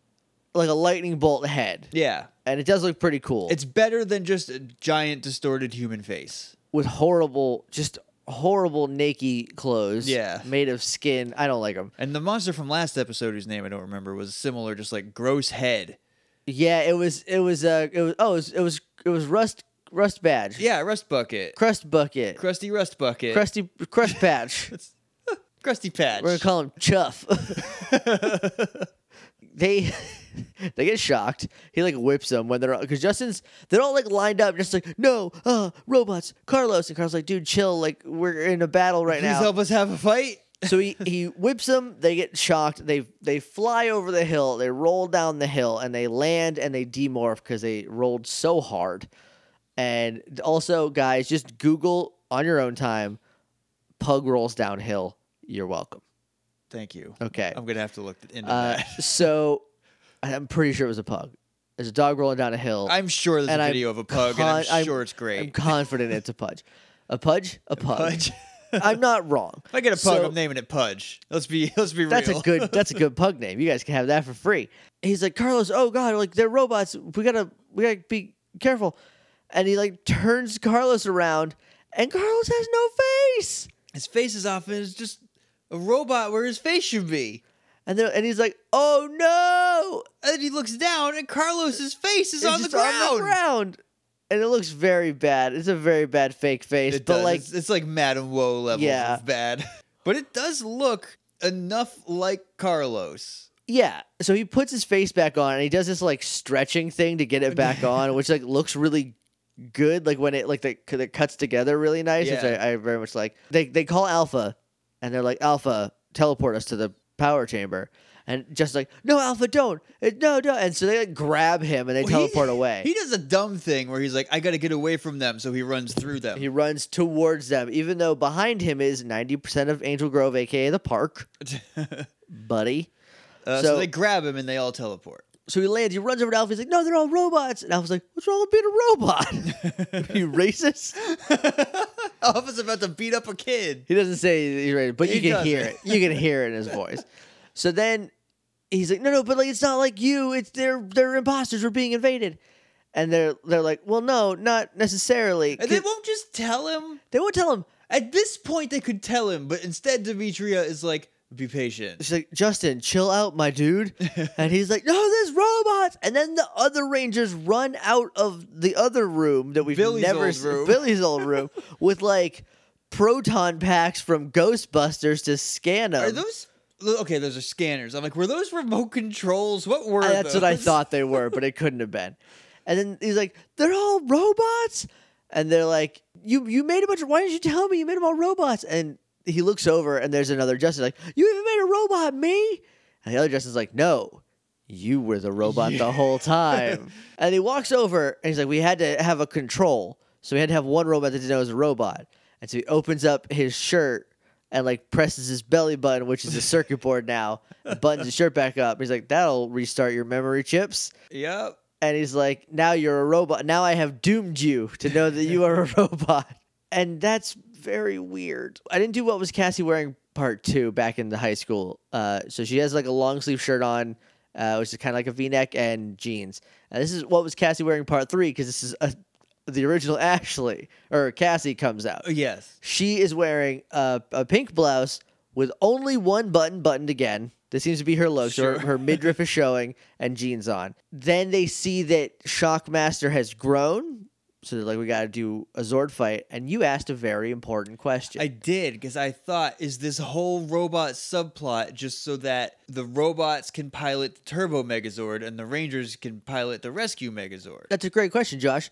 like a lightning bolt head, yeah. and it does look pretty cool. It's better than just a giant distorted human face. with horrible, just horrible naked clothes. Yeah. made of skin. I don't like them. And the monster from last episode, whose name I don't remember, was similar, just like gross head. Yeah, it was. It was. Uh. It was. Oh, it was. It was, it was rust. Rust badge. Yeah, rust bucket, Crust bucket. crusty rust bucket, Crusty. Crust patch. crusty patch. We're gonna call him Chuff. *laughs* they *laughs* they get shocked. He like whips them when they're because Justin's they're all like lined up, just like no, uh, robots, Carlos, and Carlos like, dude, chill, like we're in a battle right Please now. help us have a fight. so he he whips them. They get shocked. They they fly over the hill. They roll down the hill and they land and they demorph because they rolled so hard. And also, guys, just Google on your own time. Pug rolls downhill. You're welcome. Thank you. Okay. I'm gonna have to look into Uh, *laughs* that. so I'm pretty sure it was a pug. There's a dog rolling down a hill. I'm sure there's and a I'm video of a pug, and con- I'm I'm- sure it's I'm great. confident it's a pudge. A pudge? A pug. Pudge. *laughs* I'm not wrong. if I get a pug, So- I'm naming it Pudge. Let's be *laughs* let's be That's real. a good that's a *laughs* good pug name. You guys can have that for free. He's like, Carlos, oh god, like they're robots. We gotta we gotta be careful. And he like turns Carlos around and Carlos has no face. his face is off, and it's just a robot where his face should be. And then and he's like, oh no. And then he looks down, and Carlos's face is It's on the, just on the ground. And it looks very bad. It's a very bad fake face. It but does. like it's, it's like Madame Woe level Yeah. of bad. *laughs* But it does look enough like Carlos. Yeah. So he puts his face back on and he does this like stretching thing to get it *laughs* back on, which like looks really good. Like when it like the, c- it cuts together really nice, which Yeah. I, I very much like. They they call Alpha and they're like, Alpha, teleport us to the power chamber. And just like, no, Alpha, don't. It, no, no. And so they like grab him and they Well, *laughs* he- teleport away. He does a dumb thing where he's like, I gotta get away from them, so he runs through them. he runs towards them, even though behind him is 90% of Angel Grove, aka the *laughs* park, buddy. Uh, so, So- they grab him and they all teleport. *laughs* So he lands, he runs over to Alpha. He's like, no, they're all robots. And Alpha's like, what's wrong with being a robot? *laughs* you racist? Alpha's about to beat up a kid. He doesn't say he's ready, but He you can doesn't. hear it. You can hear it in his voice. So then he's like, no, no, but like it's not like you. It's they're they're imposters. We're being invaded. And they're they're like, well, no, not necessarily. And they 'Cause won't just tell him. They won't tell him. At this point, they could tell him, but instead, Demetria is like, be patient. She's like, Justin, chill out, my *laughs* dude. and he's like, no, there's robots. And then the other Rangers run out of the other room that we've Billy's never old s- room. Billy's old *laughs* room with like proton packs from Ghostbusters to scan them. Are those. Okay, those are scanners. I'm like, were those remote controls? What were I- that's what I those? thought they were, but it couldn't have been. And then he's like, "They're all robots," and they're like, "You you made a bunch of why didn't you tell me you made them all robots?" And he looks over, and there's another Justin like, "You even made a robot, me?" And the other Justin's like, "No, you were the robot the whole time." and he walks over, and he's like, "We had to have a control, so we had to have one robot that didn't know it was a robot." And so he opens up his shirt and like presses his belly button, which is a circuit board now, and buttons his shirt back up. He's like, "That'll restart your memory chips." Yep. And he's like, "Now you're a robot. Now I have doomed you to know that you are a *laughs* robot." And that's very weird. I didn't do what was Cassie wearing part two back in the high school. Uh, so she has like a long sleeve shirt on, uh, which is kind of like a V neck and jeans. And this is what was Cassie wearing part three because this is a, the original Ashley or Cassie comes out Oh, Yes. she is wearing a, a pink blouse with only one button buttoned again. This seems to be her look. So her, Sure. her midriff is showing and jeans on. Then they see that Shockmaster has grown. So they're like, we got to do a Zord fight. And you asked a very important question. I did because I thought, is this whole robot subplot just so that the robots can pilot the Turbo Megazord and the Rangers can pilot the Rescue Megazord? That's a great question, Josh.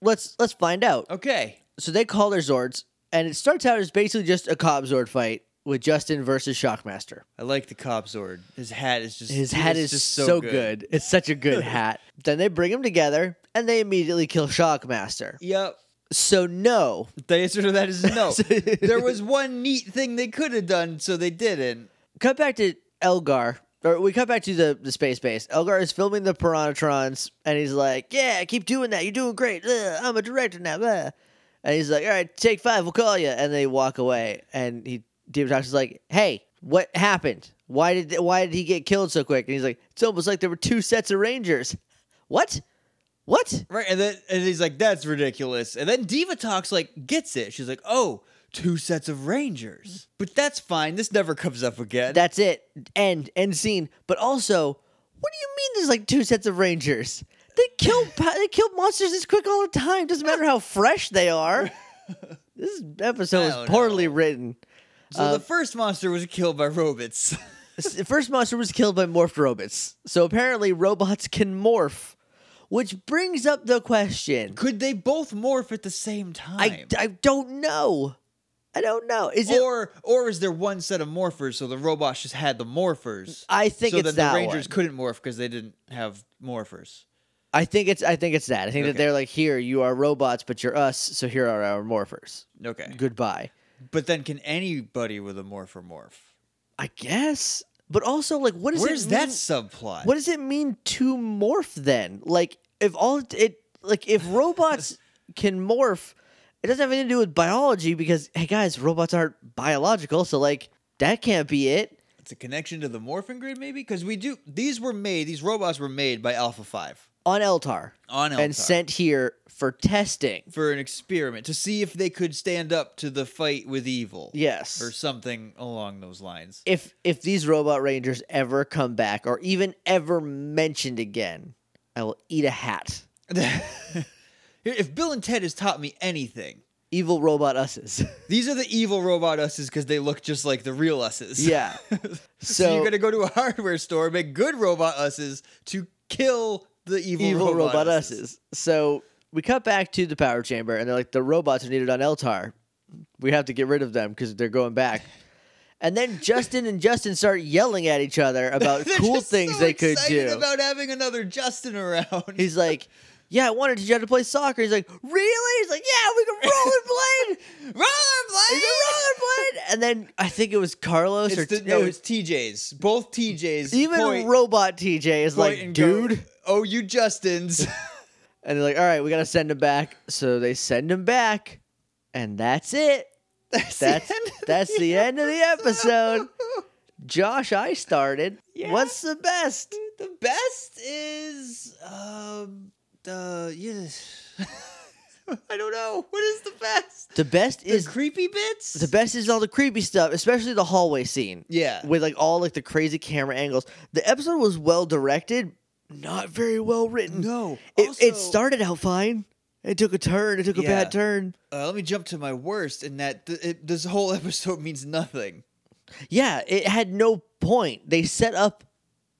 Let's let's find out. Okay. So they call their Zords, and it starts out as basically just a Cobb Zord fight with Justin versus Shockmaster. I like the Cop Zord. His hat is just His hat it's is so, good. It's such a *laughs* good hat. Then they bring him together and they immediately kill Shockmaster. Yep. So no. The answer to that *laughs* is no. there was one neat thing they could have done, so they didn't. Cut back to Elgar. Or we cut back to the, the space base. Elgar is filming the Piranatrons and he's like, Yeah, keep doing that. You're doing great. Ugh, I'm a director now. blah." And he's like, All right, take five, we'll call you. And they walk away and he Demontox is like, Hey, what happened? Why did why did he get killed so quick? And he's like, It's almost like there were two sets of Rangers. What? What? Right, and then and he's like, "That's ridiculous." And then Diva talks like gets it. She's like, "Oh, two sets of Rangers," but that's fine. This never comes up again. That's it. End. End scene. But also, what do you mean? There's like two sets of rangers. They kill pa- they kill monsters this quick all the time. Doesn't matter how fresh they are. This episode I was don't poorly written. so uh, the first monster was killed by *laughs* robots. S- The first monster was killed by morphed robots. So apparently, robots can morph, which brings up the question. could they both morph at the same time? I, I don't know. I don't know. Is it? or or is there one set of morphers? So the robots just had the morphers. I think so it's that that the Rangers one. couldn't morph because they didn't have morphers. I think it's. I think it's that. I think that Okay. they're like, here you are robots, but you're us. So here are our morphers. Okay, Goodbye. but then can anybody with a morpher morph? I guess. But also, like, what does Where's it that mean- subplot? What does it mean to morph then? Like, if all it- it, like, if *laughs* robots can morph, it doesn't have anything to do with biology because, hey guys, robots aren't biological, so like that can't be it. It's a connection to the morphing grid, maybe? Because we do. These were made. These robots were made by Alpha Five On Eltar, on Alpha and sent here for testing. for an experiment to see if they could stand up to the fight with evil, Yes. or something along those lines. *laughs* if if these robot rangers ever come back or even ever mentioned again, I will eat a hat. if Bill and Ted has taught me anything, Evil robot *laughs* us's. these are the evil robot us's because they look just like the real us's. yeah. *laughs* so, you're gonna go to a hardware store, make good robot us's to kill the evil, evil, robot, robot us's. us's. So we cut back to the power chamber, and they're like, the robots are needed on Eltar. We have to get rid of them because they're going back. And then Justin and Justin start yelling at each *laughs* other about They're Uh, cool just things so they could excited do. About having another Justin around. *laughs* He's like, "Yeah, I wanted to teach you how to play soccer." He's like, "Really?" He's like, "Yeah, we can rollerblade." rollerblade. He's like, rollerblade. And then I think it was Carlos or It's the, it no, was- it's TJ's. Both TJ's. even point- robot TJ is point like, and go, "Dude." oh, you Justin's. *laughs* And they're like, all right, we got to send him back. So they send him back. And that's it. That's, That's that's the end of the episode. Josh, I started. Yeah. What's the best? *laughs* The best is um the yes. *laughs* I don't know. What is the best? The best The is creepy bits. the best is all the creepy stuff, especially the hallway scene yeah. with like all like the crazy camera angles. The episode was well directed, not very well written. mm. No. It, it also- started out fine. It took a turn. It took a Yeah. bad turn. Uh, let me jump to my worst in that th- it, this whole *laughs* episode means nothing. Yeah, it had no point. They set up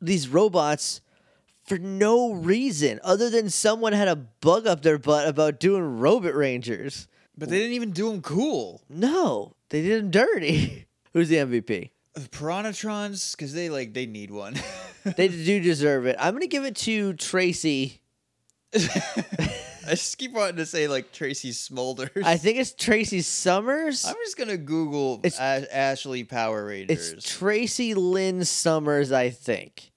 these robots for no reason other than someone had a bug up their butt about doing Robot Rangers. But they didn't even do them cool. No, they did them dirty. *laughs* Who's the MVP? The Piranatrons, because they like they need one. *laughs* They do deserve it. I'm going to give it to Tracy. I just keep wanting to say like Tracy Smolders. I think it's Tracy Summers. I'm just gonna Google It's- A- Ashley Power Rangers. It's Tracy Lynn Summers, I think.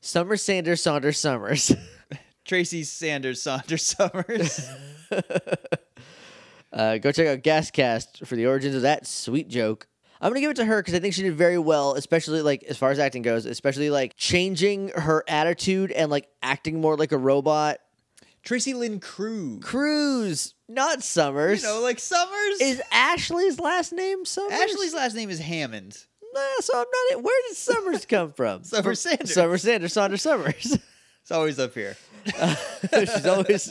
Summers Sanders Saunders Summers. *laughs* Tracy Sanders Saunders Summers. Uh, go check out Gascast for the origins of that sweet joke. I'm gonna give it to her because I think she did very well, especially like as far as acting goes, especially like changing her attitude and like acting more like a robot. Tracy Lynn Crew. Cruz, not You Summers. know, like Summers. is Ashley's last name Summers? Ashley's last name is Hammond. Nah, so I'm not it. Where did Summers come from? *laughs* Summer Sanders. Summer Sanders, Saunders Summers. *laughs* It's always up here. she's always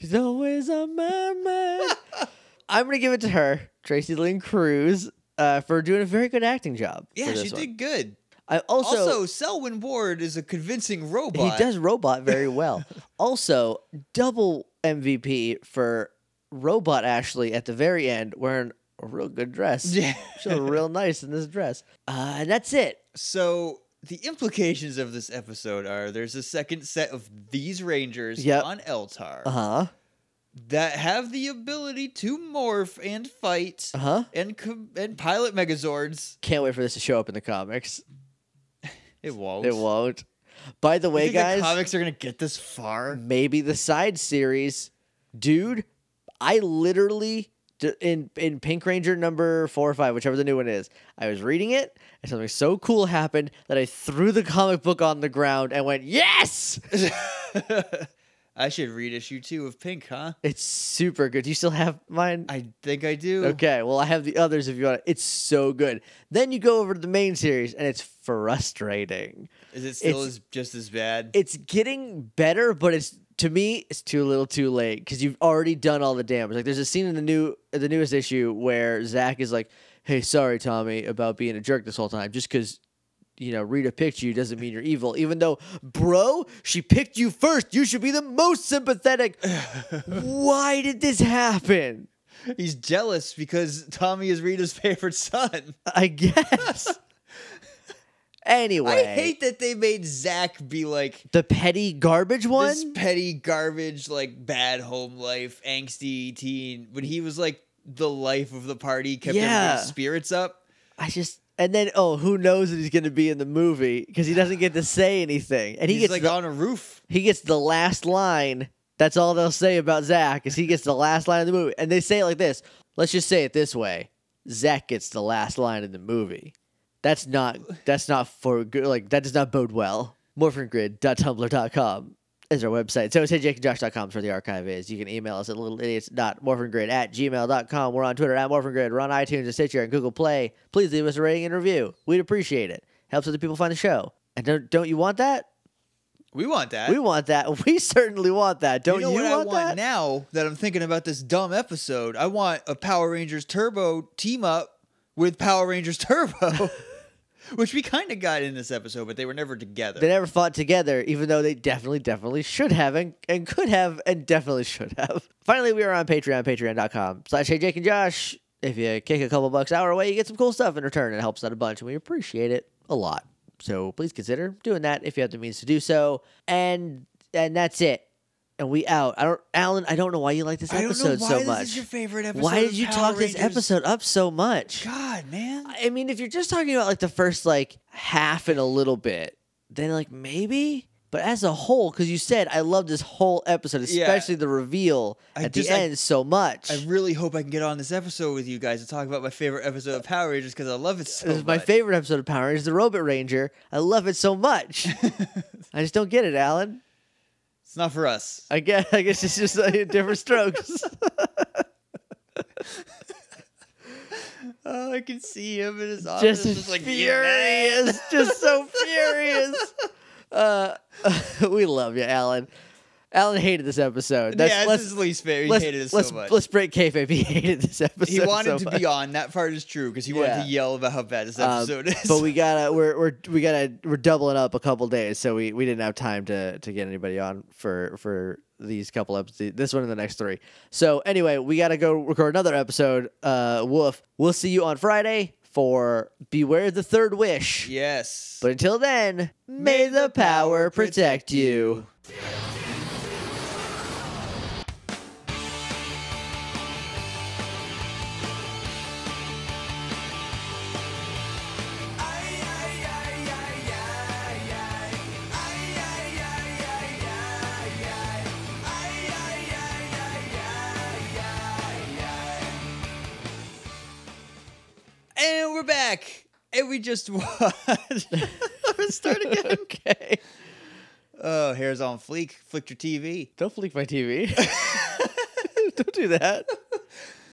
she's always on my *laughs* mind. I'm gonna give it to her, Tracy Lynn Cruz, uh, for doing a very good acting job. for Yeah, she this one. did good. I also, Also, Selwyn Ward is a convincing he robot. does robot very well. also, double MVP for robot Ashley at the very end wearing a real good dress. *laughs* Yeah. she looked real nice in this dress. Uh, and that's it. So the implications of this episode are there's a second set of these Rangers Yep. on Eltar Uh huh. that have the ability to morph and fight Uh huh. and com- and pilot Megazords. Can't wait for this to show up in the comics. It won't. It won't. By the You way, think guys, the comics are gonna get this far. *laughs* maybe the side series, dude. I literally d- in in Pink Ranger number four or five, whichever the new one is. I was reading it, and something so cool happened that I threw the comic book on the ground and went, "Yes!" I should read issue two of Pink, huh? It's super good. Do you still have mine? I think I do. Okay, well I have the others if you want. It's so good. Then you go over to the main series, and it's frustrating. Is it still It's- as, just as bad? it's getting better, but it's to me it's too little, too late because you've already done all the damage. Like there's a scene in the new the newest issue where Zach is like, "Hey, sorry, Tommy, about being a jerk this whole time, just because." You know, Rita picked you doesn't mean you're evil, even though, bro, she picked you first. You should be the most *laughs* sympathetic. Why did this happen? He's jealous because Tommy is Rita's *laughs* favorite son. I *laughs* guess. anyway, I hate that they made Zach be like the petty garbage one. this petty garbage, like bad home life, angsty teen. When he was like the life of the party, kept Yeah. everybody's spirits up. I just and then oh, who knows that he's going to be in the movie because he doesn't get to say anything, and he He's gets like the, on a roof. he gets the last line. That's all they'll say about Zach is he gets the last line of the movie, and they say it like this. Let's just say it this way: Zach gets the last line in the movie. That's not that's not for good. Like that does not bode well. MorphinGrid.tumblr.com is our website. So it's heyjakeandjosh.com is where the archive is. You can email us at littleidiots.morphingrid at gmail.com. We're on Twitter at morphingrid. We're on iTunes and Stitcher and Google Play. Please leave us a rating and review. We'd appreciate it. Helps other people find the show. And don't don't you want that? We want that. We want that. *laughs* We certainly want that. Don't you you, know what I want, want that? now that I'm thinking about this dumb episode? I want a Power Rangers Turbo team up with Power Rangers *laughs* Turbo, *laughs* which we kind of got in this episode, but they were never together. They never fought together, even though they definitely, definitely should have and, and could have and definitely should have. *laughs* Finally, we are on Patreon, patreon.com slash hey Jake and Josh. If you kick a couple bucks our way, you get some cool stuff in return. It helps out a bunch, and we appreciate it a lot. So please consider doing that if you have the means to do so. And and that's it. And we out. I don't Alan, I don't know why you like this I don't know why episode so this much. is your favorite episode. why of did you Power talk this Rangers? episode up so much? God, man. I mean, if you're just talking about like the first like half and a little bit, then like maybe. But as a whole, because you said I love this whole episode, Yeah. especially the reveal I at just- the I- end so much. I really hope I can get on this episode with you guys to talk about my favorite episode of Power Rangers because I love it so this is my much. favorite episode of Power Rangers, the Robot Ranger. I love it so *laughs* much. I just don't get it, Alan. It's not for us. I guess I guess it's just uh, different *laughs* strokes. Oh, I can see him in *laughs* his office, just Oh, just, like furious. furious, just *laughs* so furious. Uh, *laughs* we love you, Alan. Alan hated this episode. That's, yeah, it's let's his least favorite. let's, he hated it let's, so much. let's break kayfabe. *laughs* He hated this episode. he wanted so to much. be on. That part is true because he wanted Yeah. to yell about how bad this Um, episode is. but we gotta we're we're we gotta we're doubling up a couple days, so we we didn't have time to to get anybody on for for these couple episodes, this one and the next three. So anyway, we gotta go record another episode. Uh, woof. We'll see you on Friday for Beware the Third Wish. *laughs* yes, But until then, may the power protect you. and we're back, and we just *laughs* watched. *laughs* Let's start *laughs* again. okay. Oh, hair's on fleek. Flicked your TV. *laughs* *laughs* Don't flick my TV. Don't do that.